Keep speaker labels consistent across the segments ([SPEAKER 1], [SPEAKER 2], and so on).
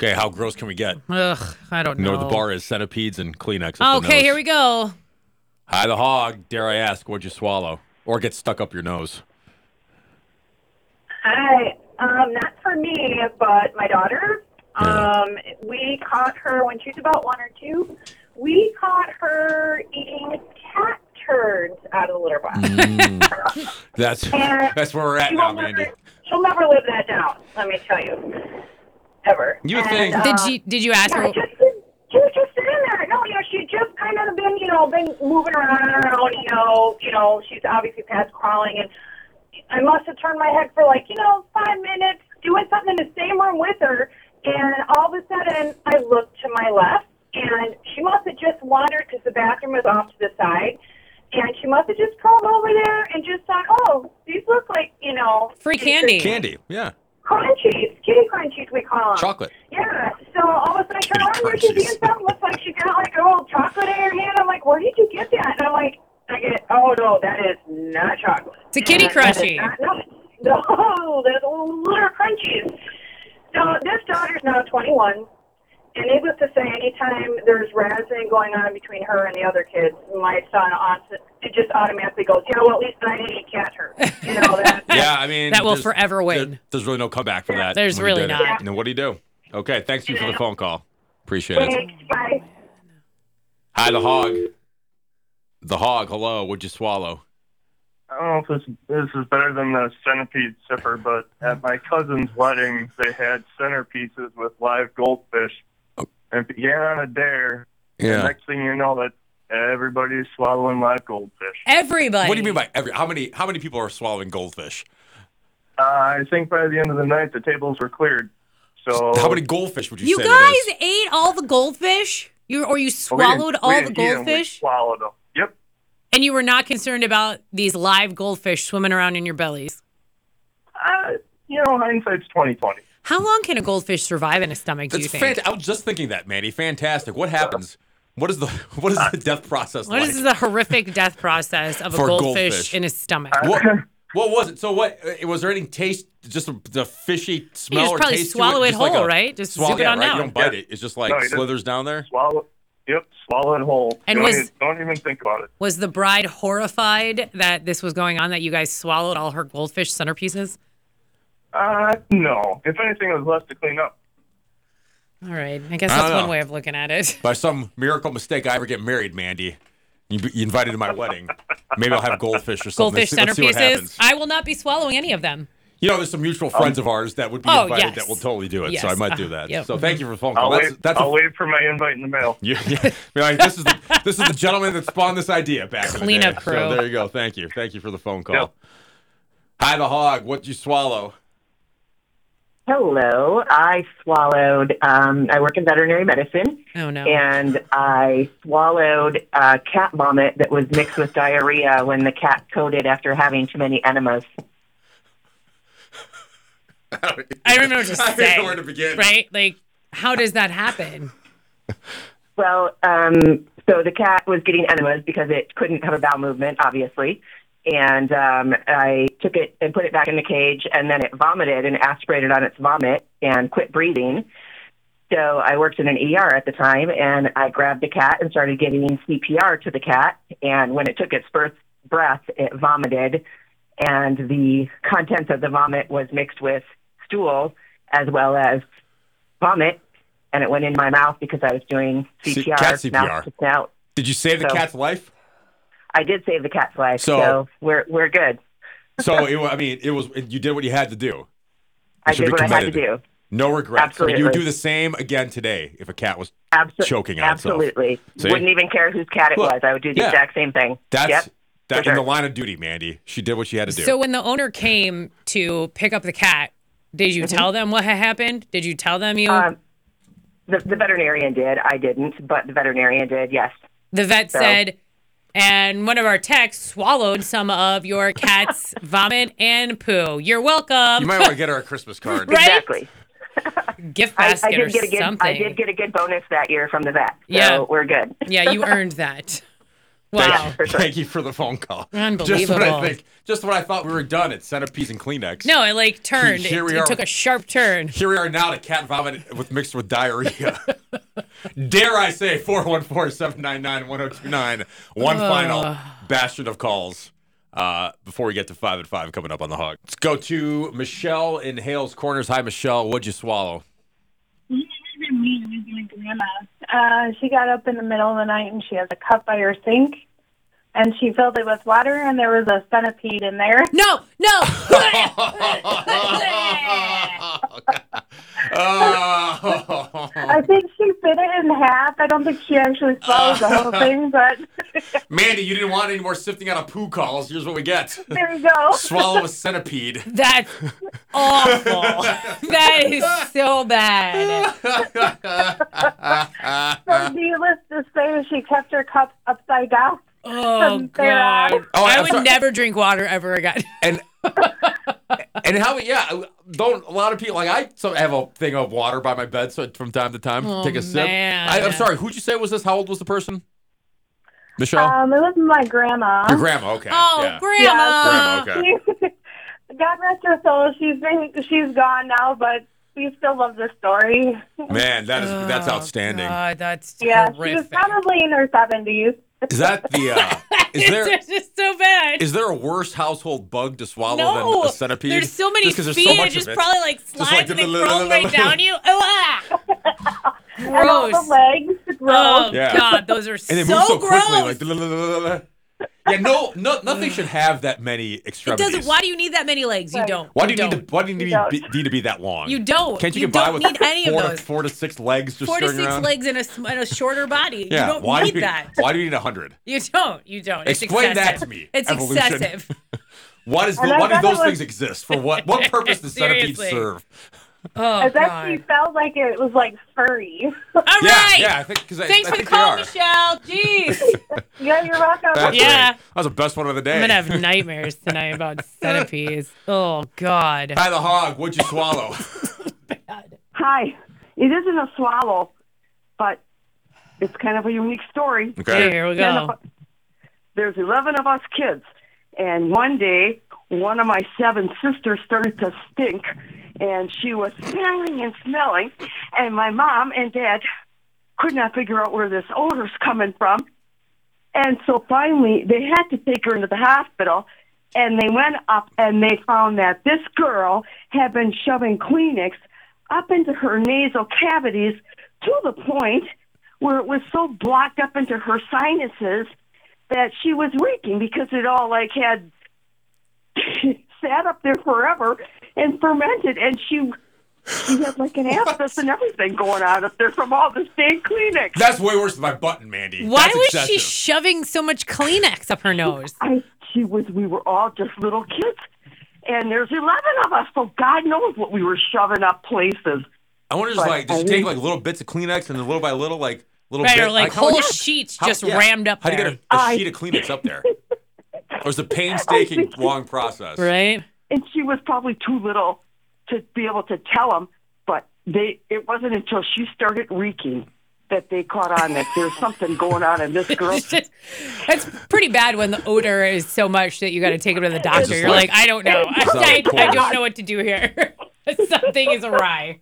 [SPEAKER 1] Okay, how gross can we get?
[SPEAKER 2] Ugh, I don't
[SPEAKER 1] You
[SPEAKER 2] know.
[SPEAKER 1] know where the bar is centipedes and Kleenexes. for
[SPEAKER 2] Okay,
[SPEAKER 1] those.
[SPEAKER 2] here we go.
[SPEAKER 1] Hi, the hog. Dare I ask, what'd you swallow? Or get stuck up your nose?
[SPEAKER 3] Hi. Um, not for me, but my daughter. Um, we caught her when she was about one or two. We caught her eating cat turds out of the litter box.
[SPEAKER 1] That's that's where we're at
[SPEAKER 3] She
[SPEAKER 1] now,
[SPEAKER 3] won't
[SPEAKER 1] Mandy.
[SPEAKER 3] never, she'll never live that down. Let me tell you, ever.
[SPEAKER 1] You would
[SPEAKER 3] And,
[SPEAKER 1] think-
[SPEAKER 3] uh,
[SPEAKER 2] Did you did you ask
[SPEAKER 3] yeah,
[SPEAKER 2] her?
[SPEAKER 3] just she was just sitting there. No, you know, she had just kind of been, you know, been moving around on her own. You know, you know, she's obviously past crawling, and I must have turned my head for like, you know, five minutes, doing something in the same room with her, and all of a sudden, I looked to my left, and she must have just wandered because the bathroom was off to the side. And she must have just crawled over there and just thought, oh, these look like, you know,
[SPEAKER 2] Free candy.
[SPEAKER 1] Candy, yeah.
[SPEAKER 3] crunchies, kitty crunchies, we call them.
[SPEAKER 1] Chocolate.
[SPEAKER 3] Yeah. So all of a sudden, I
[SPEAKER 1] Kitty
[SPEAKER 3] turn around and she's
[SPEAKER 1] crunchies.
[SPEAKER 3] eating something. Looks like she got like a little chocolate in her hand. I'm like, where did you get that? And I'm like, I get, oh no, that is not chocolate.
[SPEAKER 2] It's a kitty
[SPEAKER 3] And that is
[SPEAKER 2] crunchie.
[SPEAKER 3] not- No, no, that's little crunchies. So this daughter's now 21. And needless to say, anytime there's razzing going on between her and the other kids, my son aunt- it just automatically goes, yeah, well, at least I didn't cat her. You know, that's,
[SPEAKER 1] Yeah, I mean
[SPEAKER 2] That will
[SPEAKER 1] there's-
[SPEAKER 2] forever win.
[SPEAKER 1] there- there's really no comeback for that.
[SPEAKER 2] There's
[SPEAKER 1] when you
[SPEAKER 2] really
[SPEAKER 1] did it.
[SPEAKER 2] not.
[SPEAKER 1] And then what do you do? Okay, thanks you for the phone call. Appreciate it.
[SPEAKER 3] Thanks, bye.
[SPEAKER 1] Hi, the hog. The hog. Hello. What'd you swallow?
[SPEAKER 4] I don't know if this this is better than the centipede sipper, but at my cousin's wedding, they had centerpieces with live goldfish,
[SPEAKER 1] Oh.
[SPEAKER 4] and it began on a dare. And next thing you know, that everybody's swallowing live goldfish.
[SPEAKER 2] Everybody.
[SPEAKER 1] What do you mean by every? How many? How many people are swallowing goldfish?
[SPEAKER 4] Uh, I think by the end of the night, the tables were cleared. So
[SPEAKER 1] How many goldfish would you,
[SPEAKER 2] You
[SPEAKER 1] say? that is?
[SPEAKER 2] guys ate all the goldfish? You or you
[SPEAKER 4] But Oh, we
[SPEAKER 2] swallowed
[SPEAKER 4] didn't- we
[SPEAKER 2] all the
[SPEAKER 4] didn't eat 'em, we
[SPEAKER 2] goldfish?
[SPEAKER 4] swallowed them. Yep.
[SPEAKER 2] And you were not concerned about these live goldfish swimming around in your bellies.
[SPEAKER 4] Uh, you know, hindsight's twenty twenty.
[SPEAKER 2] How long can a goldfish survive in a stomach, do
[SPEAKER 1] That's
[SPEAKER 2] you think?
[SPEAKER 1] fantastic. I was just thinking that, Manny. Fantastic. What happens? What is the what is the death process
[SPEAKER 2] What
[SPEAKER 1] like?
[SPEAKER 2] is the horrific death process of a
[SPEAKER 1] For
[SPEAKER 2] goldfish,
[SPEAKER 1] goldfish.
[SPEAKER 2] in his stomach?
[SPEAKER 3] Uh,
[SPEAKER 4] Uh,
[SPEAKER 1] what, what was it? So what uh, was there any taste? Just the, the fishy smell
[SPEAKER 2] just
[SPEAKER 1] or
[SPEAKER 2] probably
[SPEAKER 1] taste to
[SPEAKER 2] swallow it
[SPEAKER 1] Just like
[SPEAKER 2] whole,
[SPEAKER 1] a-
[SPEAKER 2] Oh, right? Just
[SPEAKER 1] swallow,
[SPEAKER 2] zip it
[SPEAKER 1] yeah,
[SPEAKER 2] on
[SPEAKER 1] right?
[SPEAKER 2] down.
[SPEAKER 1] You don't bite it. It's just like
[SPEAKER 4] No, you just-
[SPEAKER 1] slithers down there.
[SPEAKER 4] Swallow. Yep, swallow it whole.
[SPEAKER 2] And
[SPEAKER 4] don't,
[SPEAKER 2] was-
[SPEAKER 4] even, don't even think about it.
[SPEAKER 2] Was the bride horrified that this was going on, that you guys swallowed all her goldfish centerpieces?
[SPEAKER 4] Uh, no. If anything, it was left to clean up.
[SPEAKER 2] All right. I guess
[SPEAKER 1] I
[SPEAKER 2] that's
[SPEAKER 1] don't
[SPEAKER 2] one
[SPEAKER 1] know.
[SPEAKER 2] way of looking at it.
[SPEAKER 1] By some miracle mistake, I ever get married, Mandy. You, be- you invited to my wedding. Maybe I'll have goldfish or something.
[SPEAKER 2] Goldfish
[SPEAKER 1] let's, see- let's see
[SPEAKER 2] centerpieces.
[SPEAKER 1] what happens.
[SPEAKER 2] I will not be swallowing any of them.
[SPEAKER 1] You know, there's some mutual friends of ours that would be
[SPEAKER 2] Oh,
[SPEAKER 1] invited
[SPEAKER 2] yes.
[SPEAKER 1] that will totally do it.
[SPEAKER 2] Yes.
[SPEAKER 1] So I might do
[SPEAKER 2] Uh-huh.
[SPEAKER 1] that.
[SPEAKER 2] Yep.
[SPEAKER 1] So thank you for the phone
[SPEAKER 4] I'll
[SPEAKER 1] call. that's
[SPEAKER 4] wait.
[SPEAKER 1] that's a
[SPEAKER 4] I'll wait for my invite in the mail.
[SPEAKER 1] Yeah, yeah. Like, this is the, this is the gentleman that spawned this idea back in the day.
[SPEAKER 2] Cleanup crew.
[SPEAKER 1] So there you go. Thank you. Thank you for the phone call.
[SPEAKER 4] Yep.
[SPEAKER 1] Hi, the hog. What'd you swallow?
[SPEAKER 5] Hello. I swallowed, um, I work in veterinary medicine,
[SPEAKER 2] Oh, no.
[SPEAKER 5] and I swallowed uh, cat vomit that was mixed with diarrhea when the cat coded after having too many enemas.
[SPEAKER 2] I don't even know what to
[SPEAKER 1] I don't
[SPEAKER 2] say.
[SPEAKER 1] know where to begin.
[SPEAKER 2] Right? Like, how does that happen?
[SPEAKER 5] Well, um, so the cat was getting enemas because it couldn't have a bowel movement, obviously. And um, I took it and put it back in the cage, and then it vomited and aspirated on its vomit and quit breathing. So I worked in an ER at the time, and I grabbed the cat and started giving CPR to the cat. And when it took its first breath, it vomited, and the contents of the vomit was mixed with stool as well as vomit, and it went in my mouth because I was doing
[SPEAKER 1] C-
[SPEAKER 5] CPR,
[SPEAKER 1] cat CPR.
[SPEAKER 5] mouth to snout.
[SPEAKER 1] Did you save the
[SPEAKER 5] So-
[SPEAKER 1] cat's life?
[SPEAKER 5] I did save the cat's life,
[SPEAKER 1] So-
[SPEAKER 5] so, we're we're good.
[SPEAKER 1] So it, wa- I mean, it was you did what you had to do.
[SPEAKER 5] I
[SPEAKER 1] should
[SPEAKER 5] did
[SPEAKER 1] be
[SPEAKER 5] what I had to
[SPEAKER 1] commended.
[SPEAKER 5] do.
[SPEAKER 1] No regrets. I mean, you would
[SPEAKER 5] Absolutely.
[SPEAKER 1] do the same again today if a cat was.
[SPEAKER 5] Absolutely,
[SPEAKER 1] Choking on itself.
[SPEAKER 5] absolutely.
[SPEAKER 1] See?
[SPEAKER 5] Wouldn't even care whose cat it
[SPEAKER 1] Look,
[SPEAKER 5] was. I would do the
[SPEAKER 1] yeah.
[SPEAKER 5] exact same thing.
[SPEAKER 1] That's
[SPEAKER 5] Yep.
[SPEAKER 1] that
[SPEAKER 5] for
[SPEAKER 1] in the
[SPEAKER 5] sure.
[SPEAKER 1] line of duty, Mandy. She did what she had to do.
[SPEAKER 2] So when the owner came to pick up the cat, did you tell them what had happened? Did you tell them you?
[SPEAKER 5] Mm-hmm. Um, the, the veterinarian did. I didn't, but the veterinarian did. Yes.
[SPEAKER 2] the vet
[SPEAKER 5] so-
[SPEAKER 2] said, and one of our techs swallowed some of your cat's vomit and poo. You're welcome.
[SPEAKER 1] you might want to get her a Christmas
[SPEAKER 2] um,
[SPEAKER 1] card.
[SPEAKER 2] Right?
[SPEAKER 5] Exactly.
[SPEAKER 2] Gift
[SPEAKER 5] I,
[SPEAKER 2] basket
[SPEAKER 5] I did get
[SPEAKER 2] or
[SPEAKER 5] a good.
[SPEAKER 2] something.
[SPEAKER 5] I did get a good bonus that year from the vet. So
[SPEAKER 2] Yeah.
[SPEAKER 5] we're good.
[SPEAKER 2] yeah, you earned that. Wow.
[SPEAKER 5] for sure.
[SPEAKER 1] Thank you for the phone call. Just what
[SPEAKER 2] Unbelievable.
[SPEAKER 1] I think. Just what I thought we were done at centipedes and Kleenex.
[SPEAKER 2] No, it like turned.
[SPEAKER 1] Here
[SPEAKER 2] it,
[SPEAKER 1] we
[SPEAKER 2] it
[SPEAKER 1] are.
[SPEAKER 2] took a sharp turn.
[SPEAKER 1] Here we are now to cat vomit with mixed with diarrhea. Dare I say 414-799-1029. One final bastard of calls uh, before we get to five at five coming up on the hog. Let's go to Michelle in Hales Corners. Hi Michelle, what'd you swallow?
[SPEAKER 3] Uh, she got up in the middle of the night and she has a cup by her sink, and she filled it with water, and there was a centipede in there.
[SPEAKER 2] No, no.
[SPEAKER 1] Oh.
[SPEAKER 3] I think she bit it in half. I don't think she actually swallowed the
[SPEAKER 2] Uh.
[SPEAKER 3] whole thing, but
[SPEAKER 1] Mandy, you didn't want any more sifting out of poo calls. Here's what we get.
[SPEAKER 3] there you go.
[SPEAKER 1] Swallow a centipede.
[SPEAKER 2] That's awful. that is so bad.
[SPEAKER 3] So needless to say, she kept her cup upside down. Um,
[SPEAKER 2] Oh
[SPEAKER 3] From there on.
[SPEAKER 2] god.
[SPEAKER 1] Oh,
[SPEAKER 2] I
[SPEAKER 1] I'm
[SPEAKER 2] would
[SPEAKER 1] sorry.
[SPEAKER 2] never drink water ever again.
[SPEAKER 1] and and how yeah don't a lot of people like I so have a thing of water by my bed so from time to time
[SPEAKER 2] Oh,
[SPEAKER 1] take a sip.
[SPEAKER 2] man.
[SPEAKER 1] I, I'm sorry, who'd you say was this? How old was the person? Michelle,
[SPEAKER 3] Um, it was my grandma.
[SPEAKER 1] your grandma. Okay,
[SPEAKER 2] Oh,
[SPEAKER 1] yeah.
[SPEAKER 2] grandma.
[SPEAKER 1] grandma. Okay,
[SPEAKER 3] God rest her soul. She's been she's gone now, but we still love the story.
[SPEAKER 1] man, that is that's
[SPEAKER 2] Oh,
[SPEAKER 1] outstanding.
[SPEAKER 2] God, that's
[SPEAKER 3] Yeah, she was
[SPEAKER 2] horrific.
[SPEAKER 3] probably in her seventies.
[SPEAKER 1] Is that the? Uh, is there
[SPEAKER 2] it's just so bad.
[SPEAKER 1] is there a worse household bug to swallow
[SPEAKER 2] no,
[SPEAKER 1] than a centipede?
[SPEAKER 2] there's so many
[SPEAKER 1] Just 'cause
[SPEAKER 2] feet.
[SPEAKER 1] there's so
[SPEAKER 2] it
[SPEAKER 1] much
[SPEAKER 2] just
[SPEAKER 1] of it.
[SPEAKER 2] probably like slides
[SPEAKER 1] like the
[SPEAKER 2] and it
[SPEAKER 1] little-
[SPEAKER 2] crawls right down you. Oh, ah.
[SPEAKER 3] And all the
[SPEAKER 2] Gross.
[SPEAKER 3] legs. Gross.
[SPEAKER 2] Oh
[SPEAKER 1] Yeah.
[SPEAKER 2] God, those are
[SPEAKER 1] and they
[SPEAKER 2] so,
[SPEAKER 1] move so
[SPEAKER 2] gross.
[SPEAKER 1] quickly. Like yeah, no, no, nothing should have that many
[SPEAKER 2] it
[SPEAKER 1] extremities.
[SPEAKER 2] doesn't. Why do you need that many legs? You
[SPEAKER 3] Right.
[SPEAKER 2] don't.
[SPEAKER 1] Why do you
[SPEAKER 2] don't.
[SPEAKER 1] need to? Why do you need to
[SPEAKER 3] don't.
[SPEAKER 1] be, need to be that long?
[SPEAKER 2] You don't.
[SPEAKER 1] Can't you,
[SPEAKER 2] You
[SPEAKER 1] get by
[SPEAKER 2] don't
[SPEAKER 1] with
[SPEAKER 2] need any of
[SPEAKER 1] four
[SPEAKER 2] those.
[SPEAKER 1] To, four to six legs just
[SPEAKER 2] Four to
[SPEAKER 1] scurrying
[SPEAKER 2] six
[SPEAKER 1] around?
[SPEAKER 2] legs in a, sm- in a shorter body.
[SPEAKER 1] Yeah.
[SPEAKER 2] You don't
[SPEAKER 1] why
[SPEAKER 2] need
[SPEAKER 1] do you,
[SPEAKER 2] that.
[SPEAKER 1] Why do you need hundred?
[SPEAKER 2] You don't. You don't. It's
[SPEAKER 1] Explain that
[SPEAKER 2] excessive.
[SPEAKER 1] to me,
[SPEAKER 2] It's
[SPEAKER 1] evolution.
[SPEAKER 2] excessive.
[SPEAKER 1] Why does
[SPEAKER 3] And
[SPEAKER 1] why
[SPEAKER 3] I'd
[SPEAKER 1] do those
[SPEAKER 3] rather-
[SPEAKER 1] things exist? For what what purpose does centipedes
[SPEAKER 2] Seriously.
[SPEAKER 1] serve?
[SPEAKER 2] Oh
[SPEAKER 3] It actually
[SPEAKER 2] God.
[SPEAKER 3] felt like it was like furry.
[SPEAKER 2] All right.
[SPEAKER 1] Yeah, yeah. I think because I,
[SPEAKER 2] Thanks for
[SPEAKER 1] I
[SPEAKER 2] the
[SPEAKER 1] think
[SPEAKER 2] call,
[SPEAKER 1] they
[SPEAKER 2] Michelle.
[SPEAKER 1] are.
[SPEAKER 2] Jeez.
[SPEAKER 3] yeah, you're welcome.
[SPEAKER 1] That's
[SPEAKER 2] Yeah.
[SPEAKER 1] right. that was the best one of the day.
[SPEAKER 2] I'm gonna have nightmares tonight about centipedes. Oh God.
[SPEAKER 1] Hi, the hog. What'd you swallow?
[SPEAKER 6] Hi. It isn't a swallow, but it's kind of a unique story.
[SPEAKER 1] okay.
[SPEAKER 2] Here we
[SPEAKER 6] Ten
[SPEAKER 2] go.
[SPEAKER 6] of us- There's 11 of us kids, and one day, one of my seven sisters started to stink, and she was smelling and smelling, and my mom and dad could not figure out where this odor's coming from. And so finally, they had to take her into the hospital, and they went up and they found that this girl had been shoving Kleenex up into her nasal cavities to the point where it was so blocked up into her sinuses that she was reeking because it all like had sat up there forever and fermented, and she she had like an abscess and everything going on up there from all the stained Kleenex.
[SPEAKER 1] That's way worse than my button, Mandy.
[SPEAKER 2] Why
[SPEAKER 1] That's
[SPEAKER 2] was she
[SPEAKER 1] excessive.
[SPEAKER 2] shoving so much Kleenex up her nose?
[SPEAKER 6] I, she was, we were all just little kids. And there's 11 of us, so God knows what we were shoving up places.
[SPEAKER 1] I wonder, just
[SPEAKER 6] But
[SPEAKER 1] like, did
[SPEAKER 6] I
[SPEAKER 1] she take like little bits of Kleenex and then little by little, like little
[SPEAKER 2] Right,
[SPEAKER 1] bit,
[SPEAKER 2] or like
[SPEAKER 1] how-
[SPEAKER 2] whole sheets
[SPEAKER 1] how-
[SPEAKER 2] just
[SPEAKER 1] yeah,
[SPEAKER 2] rammed up
[SPEAKER 1] How do
[SPEAKER 2] there.
[SPEAKER 1] you get a, a sheet of Kleenex up there? It was a painstaking, long process.
[SPEAKER 2] Right?
[SPEAKER 6] And she was probably too little to be able to tell them, but they, it wasn't until she started reeking that they caught on that there's something going on in this girl.
[SPEAKER 2] That's pretty bad when the odor is so much that you got to take him to the doctor.
[SPEAKER 1] just
[SPEAKER 2] You're
[SPEAKER 1] like-
[SPEAKER 2] like, I don't know.
[SPEAKER 1] It's not
[SPEAKER 2] I, I, I
[SPEAKER 1] important.
[SPEAKER 2] don't know what to do here. Something is awry.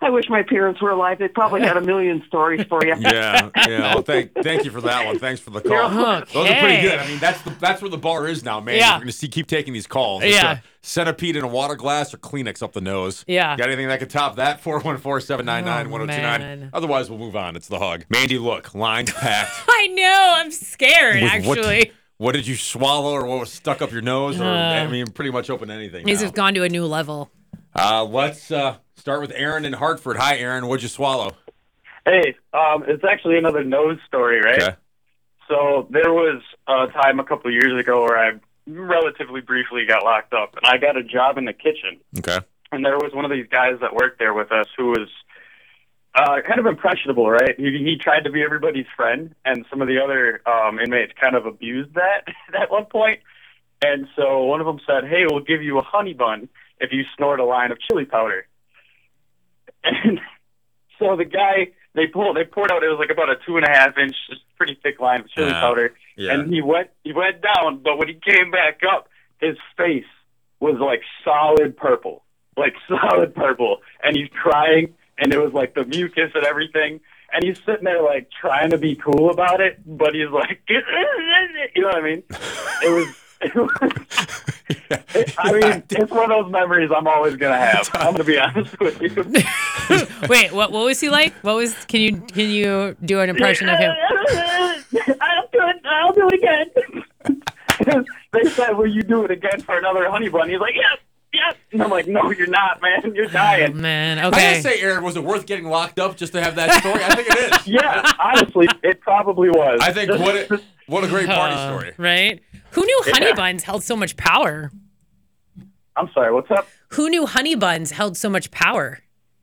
[SPEAKER 6] I wish my parents were alive. They probably had a million stories for you.
[SPEAKER 1] Yeah, yeah. Well, thank, thank you for that one. Thanks for the call. Those are pretty
[SPEAKER 2] Okay.
[SPEAKER 1] good. I mean, that's the that's where the bar is now, man.
[SPEAKER 2] Yeah.
[SPEAKER 1] We're gonna see keep taking these calls. It's
[SPEAKER 2] Yeah.
[SPEAKER 1] a centipede in a water glass or Kleenex up the nose.
[SPEAKER 2] Yeah.
[SPEAKER 1] Got anything that could top that? 414-799-1029.
[SPEAKER 2] Oh, man.
[SPEAKER 1] Otherwise, we'll move on. It's the hog. Mandy, look, lines packed.
[SPEAKER 2] I know. I'm scared,
[SPEAKER 1] with what-
[SPEAKER 2] actually. Uh.
[SPEAKER 1] What, did you swallow or what was stuck up your nose? Or I mean, pretty much open anything.
[SPEAKER 2] He's
[SPEAKER 1] now.
[SPEAKER 2] just gone to a new level.
[SPEAKER 1] Uh, let's uh, start with Aaron in Hartford. Hi, Aaron. What'd you swallow?
[SPEAKER 4] Hey, um, it's actually another nose story, right? So there was a time a couple of years ago where I relatively briefly got locked up, and I got a job in the kitchen.
[SPEAKER 1] Okay.
[SPEAKER 4] And there was one of these guys that worked there with us who was uh, kind of impressionable, right? He, he tried to be everybody's friend, and some of the other um, inmates kind of abused that at one point. And so one of them said, "Hey, we'll give you a honey bun if you snort a line of chili powder." And so the guy they pulled, they poured out. It was like about a two and a half inch, just pretty thick line of chili
[SPEAKER 1] Yeah.
[SPEAKER 4] powder.
[SPEAKER 1] Yeah.
[SPEAKER 4] and he went he went down, but when he came back up, his face was like solid purple, like solid purple, and he's crying, and it was like the mucus and everything, and he's sitting there like trying to be cool about it, but he's like, you know what I mean? It was. It was I mean, it's one of those memories I'm always gonna have. I'm gonna be honest with you.
[SPEAKER 2] Wait, what? What was he like? What was? Can you can you do an impression of him?
[SPEAKER 4] I'll do it. I'll do it again. they said, "Will you do it again for another honey bun?" He's like, "Yes, yes." And I'm like, "No, you're not, man. You're
[SPEAKER 2] Oh,
[SPEAKER 4] dying."
[SPEAKER 2] man,
[SPEAKER 1] I gotta
[SPEAKER 2] okay.
[SPEAKER 1] say, Aaron, was it worth getting locked up just to have that story? I think it is.
[SPEAKER 4] yeah, honestly, it probably was.
[SPEAKER 1] I think what a, what a great party
[SPEAKER 2] Uh,
[SPEAKER 1] story.
[SPEAKER 2] right? Who knew honey
[SPEAKER 4] Yeah.
[SPEAKER 2] buns held so much power?
[SPEAKER 4] I'm sorry. What's up?
[SPEAKER 2] Who knew honey buns held so much power?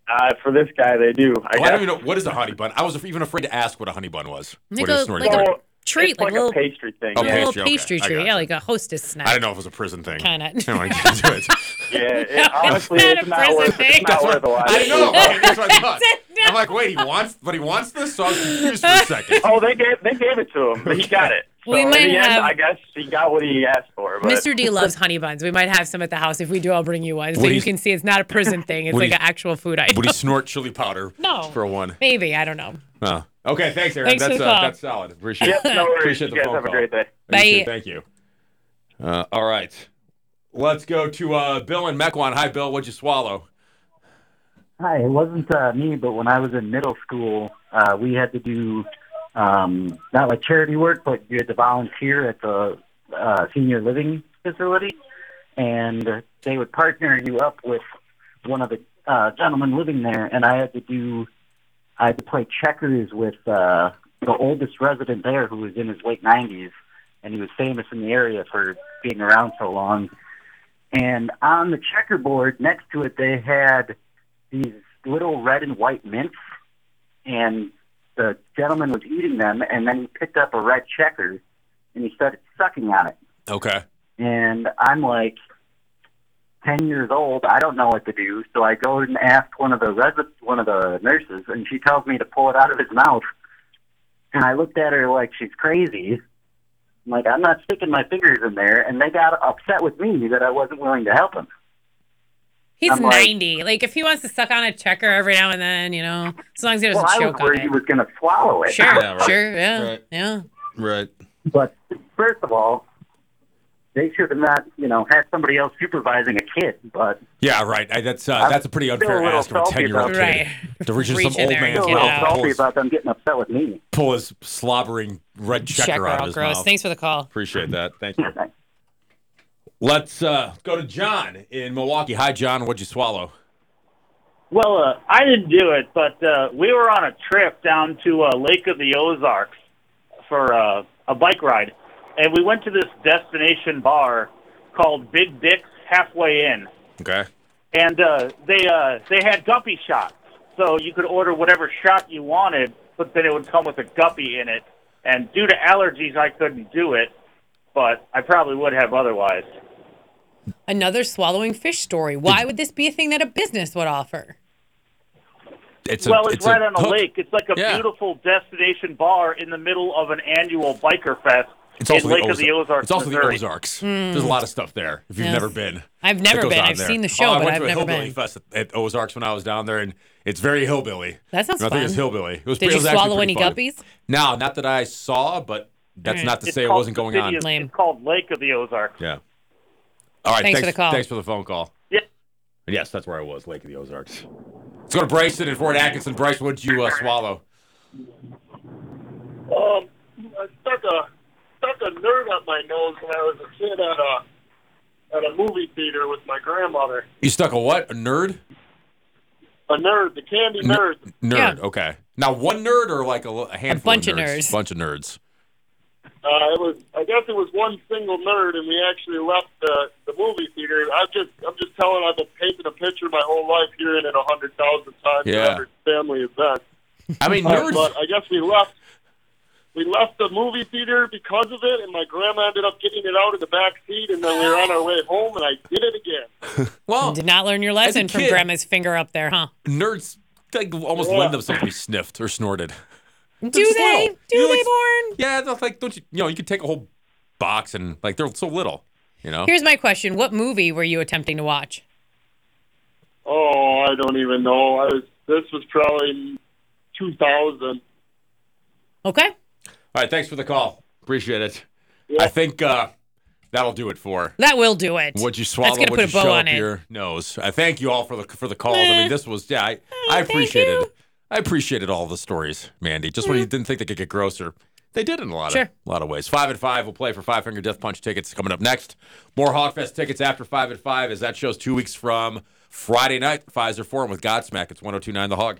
[SPEAKER 4] Uh, for this guy, they do.
[SPEAKER 1] Oh,
[SPEAKER 4] I
[SPEAKER 1] I
[SPEAKER 4] guess.
[SPEAKER 1] don't even know what is a honey bun. I was even afraid to ask what a honey bun was.
[SPEAKER 2] Like
[SPEAKER 1] What is
[SPEAKER 2] a-
[SPEAKER 1] snorting
[SPEAKER 2] like a-
[SPEAKER 1] drink?
[SPEAKER 4] Oh,
[SPEAKER 2] Treat,
[SPEAKER 4] it's
[SPEAKER 2] like,
[SPEAKER 4] like,
[SPEAKER 2] a little,
[SPEAKER 4] a pastry thing.
[SPEAKER 1] Okay.
[SPEAKER 2] a
[SPEAKER 4] Yeah,
[SPEAKER 2] little
[SPEAKER 1] pastry, okay.
[SPEAKER 2] pastry
[SPEAKER 1] I
[SPEAKER 2] treat.
[SPEAKER 1] gotcha.
[SPEAKER 2] Yeah, like a hostess snack.
[SPEAKER 1] I didn't know if it was a prison thing.
[SPEAKER 2] Kinda.
[SPEAKER 1] I don't want to get into it.
[SPEAKER 4] yeah it, honestly,
[SPEAKER 2] not
[SPEAKER 4] it's,
[SPEAKER 2] a
[SPEAKER 4] not
[SPEAKER 2] prison
[SPEAKER 4] worth,
[SPEAKER 2] thing.
[SPEAKER 4] it's not worth a lot.
[SPEAKER 1] I know.
[SPEAKER 2] That's
[SPEAKER 1] That's what I thought.
[SPEAKER 2] it.
[SPEAKER 1] I'm like, wait, he wants, but he wants this, so I was confused for a second.
[SPEAKER 4] Oh, they gave they gave it to him. But he got it. So
[SPEAKER 2] We
[SPEAKER 4] in
[SPEAKER 2] might
[SPEAKER 4] the end,
[SPEAKER 2] have-
[SPEAKER 4] I guess he got what he asked for. But
[SPEAKER 2] Mr. D loves honey buns. We might have some at the house. If we do, I'll bring you one. So
[SPEAKER 1] What do
[SPEAKER 2] you
[SPEAKER 1] you-
[SPEAKER 2] can see it's not a prison thing. It's
[SPEAKER 1] What do
[SPEAKER 2] like
[SPEAKER 1] you-
[SPEAKER 2] an actual food item.
[SPEAKER 1] Would he snort chili powder?
[SPEAKER 2] No.
[SPEAKER 1] For one.
[SPEAKER 2] Maybe. I don't know.
[SPEAKER 1] Oh. Okay, thanks, Aaron.
[SPEAKER 2] Thanks for
[SPEAKER 1] that's uh,
[SPEAKER 2] the call.
[SPEAKER 1] that's solid. Appreciate
[SPEAKER 4] Yep,
[SPEAKER 1] it.
[SPEAKER 4] no worries.
[SPEAKER 1] Appreciate
[SPEAKER 4] You
[SPEAKER 1] the
[SPEAKER 4] guys
[SPEAKER 1] phone
[SPEAKER 4] have a
[SPEAKER 1] call.
[SPEAKER 4] great day.
[SPEAKER 1] You
[SPEAKER 2] Bye.
[SPEAKER 1] too. Thank you. Uh, all right. Let's go to uh, Bill and Mequon. Hi, Bill. What'd you swallow?
[SPEAKER 7] Hi, it wasn't uh, me, but when I was in middle school, uh, we had to do um, not like charity work, but you had to volunteer at the uh, senior living facility, and they would partner you up with one of the uh, gentlemen living there. And I had to do, I had to play checkers with uh, the oldest resident there, who was in his late nineties, and he was famous in the area for being around so long. And on the checkerboard next to it, they had these little red and white mints, and the gentleman was eating them, and then he picked up a red checker and he started sucking on it.
[SPEAKER 1] Okay.
[SPEAKER 7] And I'm like, 10 years old, I don't know what to do, so I go and ask one of the resi- one of the nurses, and she tells me to pull it out of his mouth. And I looked at her like she's crazy. I'm like, I'm not sticking my fingers in there, and they got upset with me that I wasn't willing to help him.
[SPEAKER 2] He's
[SPEAKER 7] I'm like-
[SPEAKER 2] 90. Like, if he wants to suck on a checker every now and then, you know, as long as he doesn't
[SPEAKER 7] Well, I was
[SPEAKER 2] choke on
[SPEAKER 7] worried he
[SPEAKER 2] it.
[SPEAKER 7] was going to swallow it.
[SPEAKER 2] Sure,
[SPEAKER 1] Yeah, right.
[SPEAKER 2] sure, yeah,
[SPEAKER 1] Right.
[SPEAKER 2] yeah.
[SPEAKER 1] Right.
[SPEAKER 7] But first of all, they should have not, you know, had somebody else supervising a kid. But
[SPEAKER 1] Yeah, right. I, that's uh,
[SPEAKER 7] I'm
[SPEAKER 1] that's a pretty
[SPEAKER 7] still
[SPEAKER 1] unfair
[SPEAKER 7] a little
[SPEAKER 1] ask of a
[SPEAKER 7] salty
[SPEAKER 1] ten year old
[SPEAKER 7] about
[SPEAKER 1] kid
[SPEAKER 2] Right.
[SPEAKER 1] to reach in
[SPEAKER 2] Reach in
[SPEAKER 1] some old
[SPEAKER 2] there and
[SPEAKER 1] man's
[SPEAKER 7] still
[SPEAKER 2] get
[SPEAKER 7] a
[SPEAKER 1] mouth
[SPEAKER 7] little
[SPEAKER 2] out.
[SPEAKER 1] and pull
[SPEAKER 7] salty
[SPEAKER 1] his,
[SPEAKER 7] about them getting upset with me.
[SPEAKER 1] pull his slobbering red checker,
[SPEAKER 2] Checker,
[SPEAKER 1] out of
[SPEAKER 2] all
[SPEAKER 1] his
[SPEAKER 2] gross.
[SPEAKER 1] mouth.
[SPEAKER 2] Thanks for the call.
[SPEAKER 1] Appreciate that. Thank you. Let's uh, go to John in Milwaukee. Hi, John. What'd you swallow?
[SPEAKER 8] Well, uh, I didn't do it, but uh, we were on a trip down to uh, Lake of the Ozarks for uh, a bike ride, and we went to this destination bar called Big Dick's Halfway In,
[SPEAKER 1] Okay.
[SPEAKER 8] and uh, they uh, they had guppy shots, so you could order whatever shot you wanted, but then it would come with a guppy in it. And due to allergies, I couldn't do it, but I probably would have otherwise.
[SPEAKER 2] Another swallowing fish story. Why would this be a thing that a business would offer?
[SPEAKER 1] It's
[SPEAKER 8] well, it's, right on a
[SPEAKER 1] hook.
[SPEAKER 8] lake. It's like a
[SPEAKER 1] Yeah.
[SPEAKER 8] beautiful destination bar in the middle of an annual biker fest
[SPEAKER 1] It's
[SPEAKER 8] in
[SPEAKER 1] also
[SPEAKER 8] Lake
[SPEAKER 1] the
[SPEAKER 8] of the
[SPEAKER 1] Oza-
[SPEAKER 8] Ozarks,
[SPEAKER 1] It's also
[SPEAKER 8] Missouri.
[SPEAKER 1] the Ozarks. There's a lot of stuff there. If you've
[SPEAKER 2] Yes.
[SPEAKER 1] never been,
[SPEAKER 2] Hmm. I've never
[SPEAKER 1] that goes
[SPEAKER 2] been.
[SPEAKER 1] on
[SPEAKER 2] I've
[SPEAKER 1] there.
[SPEAKER 2] seen the show,
[SPEAKER 1] oh, I
[SPEAKER 2] but
[SPEAKER 1] went
[SPEAKER 2] I've
[SPEAKER 1] to a
[SPEAKER 2] never
[SPEAKER 1] hillbilly
[SPEAKER 2] been.
[SPEAKER 1] fest at, at Ozarks when I was down there, and it's very hillbilly.
[SPEAKER 2] That sounds
[SPEAKER 1] And I think it's
[SPEAKER 2] fun.
[SPEAKER 1] hillbilly. It was,
[SPEAKER 2] Did
[SPEAKER 1] it
[SPEAKER 2] you
[SPEAKER 1] was actually
[SPEAKER 2] swallow
[SPEAKER 1] pretty
[SPEAKER 2] any
[SPEAKER 1] fun.
[SPEAKER 2] guppies?
[SPEAKER 1] No, not that I saw, but that's
[SPEAKER 2] Alright.
[SPEAKER 1] not to
[SPEAKER 8] Hmm. It's
[SPEAKER 1] say it
[SPEAKER 8] called
[SPEAKER 1] wasn't
[SPEAKER 8] the
[SPEAKER 1] going
[SPEAKER 8] city
[SPEAKER 1] on.
[SPEAKER 8] Of,
[SPEAKER 2] Lame.
[SPEAKER 8] It's called Lake of the Ozarks.
[SPEAKER 1] Yeah. All right.
[SPEAKER 2] Thanks for the call.
[SPEAKER 1] Thanks for the phone call.
[SPEAKER 8] Yeah.
[SPEAKER 1] Yes, that's where I was, Lake of the Ozarks. Let's go to Bryson in Fort Atkinson. Bryson, what'd you uh, swallow?
[SPEAKER 9] Um, I stuck a stuck a nerd up my nose when I was a kid at a at a movie theater with my grandmother.
[SPEAKER 1] You stuck a what? A nerd?
[SPEAKER 9] A nerd, the candy nerd.
[SPEAKER 1] Nerd. Okay. Now one nerd or like a, l- a handful.
[SPEAKER 2] bunch of
[SPEAKER 1] of
[SPEAKER 2] nerds.
[SPEAKER 1] Bunch of nerds.
[SPEAKER 9] Uh, it was I guess it was one single nerd, and we actually left the the movie theater. I just I'm just telling I've been painting a picture my whole life, hearing it a hundred thousand times
[SPEAKER 1] Yeah.
[SPEAKER 9] at every family event.
[SPEAKER 1] I mean,
[SPEAKER 9] Uh,
[SPEAKER 1] nerds.
[SPEAKER 9] but I guess we left. We left the movie theater because of it, and my grandma ended up getting it out in the back seat, and then we were on our way home, and I did it again.
[SPEAKER 1] Well,
[SPEAKER 2] Did not learn your lesson from
[SPEAKER 1] kid-
[SPEAKER 2] grandma's finger up there, huh?
[SPEAKER 1] nerds like almost
[SPEAKER 9] Yeah.
[SPEAKER 1] lend themselves to be sniffed or snorted.
[SPEAKER 2] Do
[SPEAKER 1] just
[SPEAKER 2] they?
[SPEAKER 1] little.
[SPEAKER 2] Do
[SPEAKER 1] You,
[SPEAKER 2] they,
[SPEAKER 1] like,
[SPEAKER 2] Born?
[SPEAKER 1] Yeah, that's like don't you? You know, you could take a whole box and like they're so little. You know.
[SPEAKER 2] Here's my question: What movie were you attempting to watch?
[SPEAKER 9] Oh, I don't even know. I was. This was probably 2000.
[SPEAKER 2] Okay.
[SPEAKER 1] All right, thanks for the call. Appreciate it. I think uh, that'll do it for.
[SPEAKER 2] That will do it.
[SPEAKER 1] Would you swallow?
[SPEAKER 2] That's gonna
[SPEAKER 1] would
[SPEAKER 2] put
[SPEAKER 1] you
[SPEAKER 2] a bow
[SPEAKER 1] show
[SPEAKER 2] on
[SPEAKER 1] up
[SPEAKER 2] it.
[SPEAKER 1] your nose? I thank you all for the for the calls. I
[SPEAKER 2] Eh.
[SPEAKER 1] mean, this was yeah. I, I appreciated. I appreciated all the stories, Mandy. Just when you didn't think they could get grosser, they did in a lot of
[SPEAKER 2] Sure.
[SPEAKER 1] a lot of ways. Five at five, we'll play for Five Finger Death Punch tickets coming up next. More Hogfest tickets after five at five, as that show's two weeks from Friday night. Pfizer Forum with Godsmack. It's 102.9 The Hog.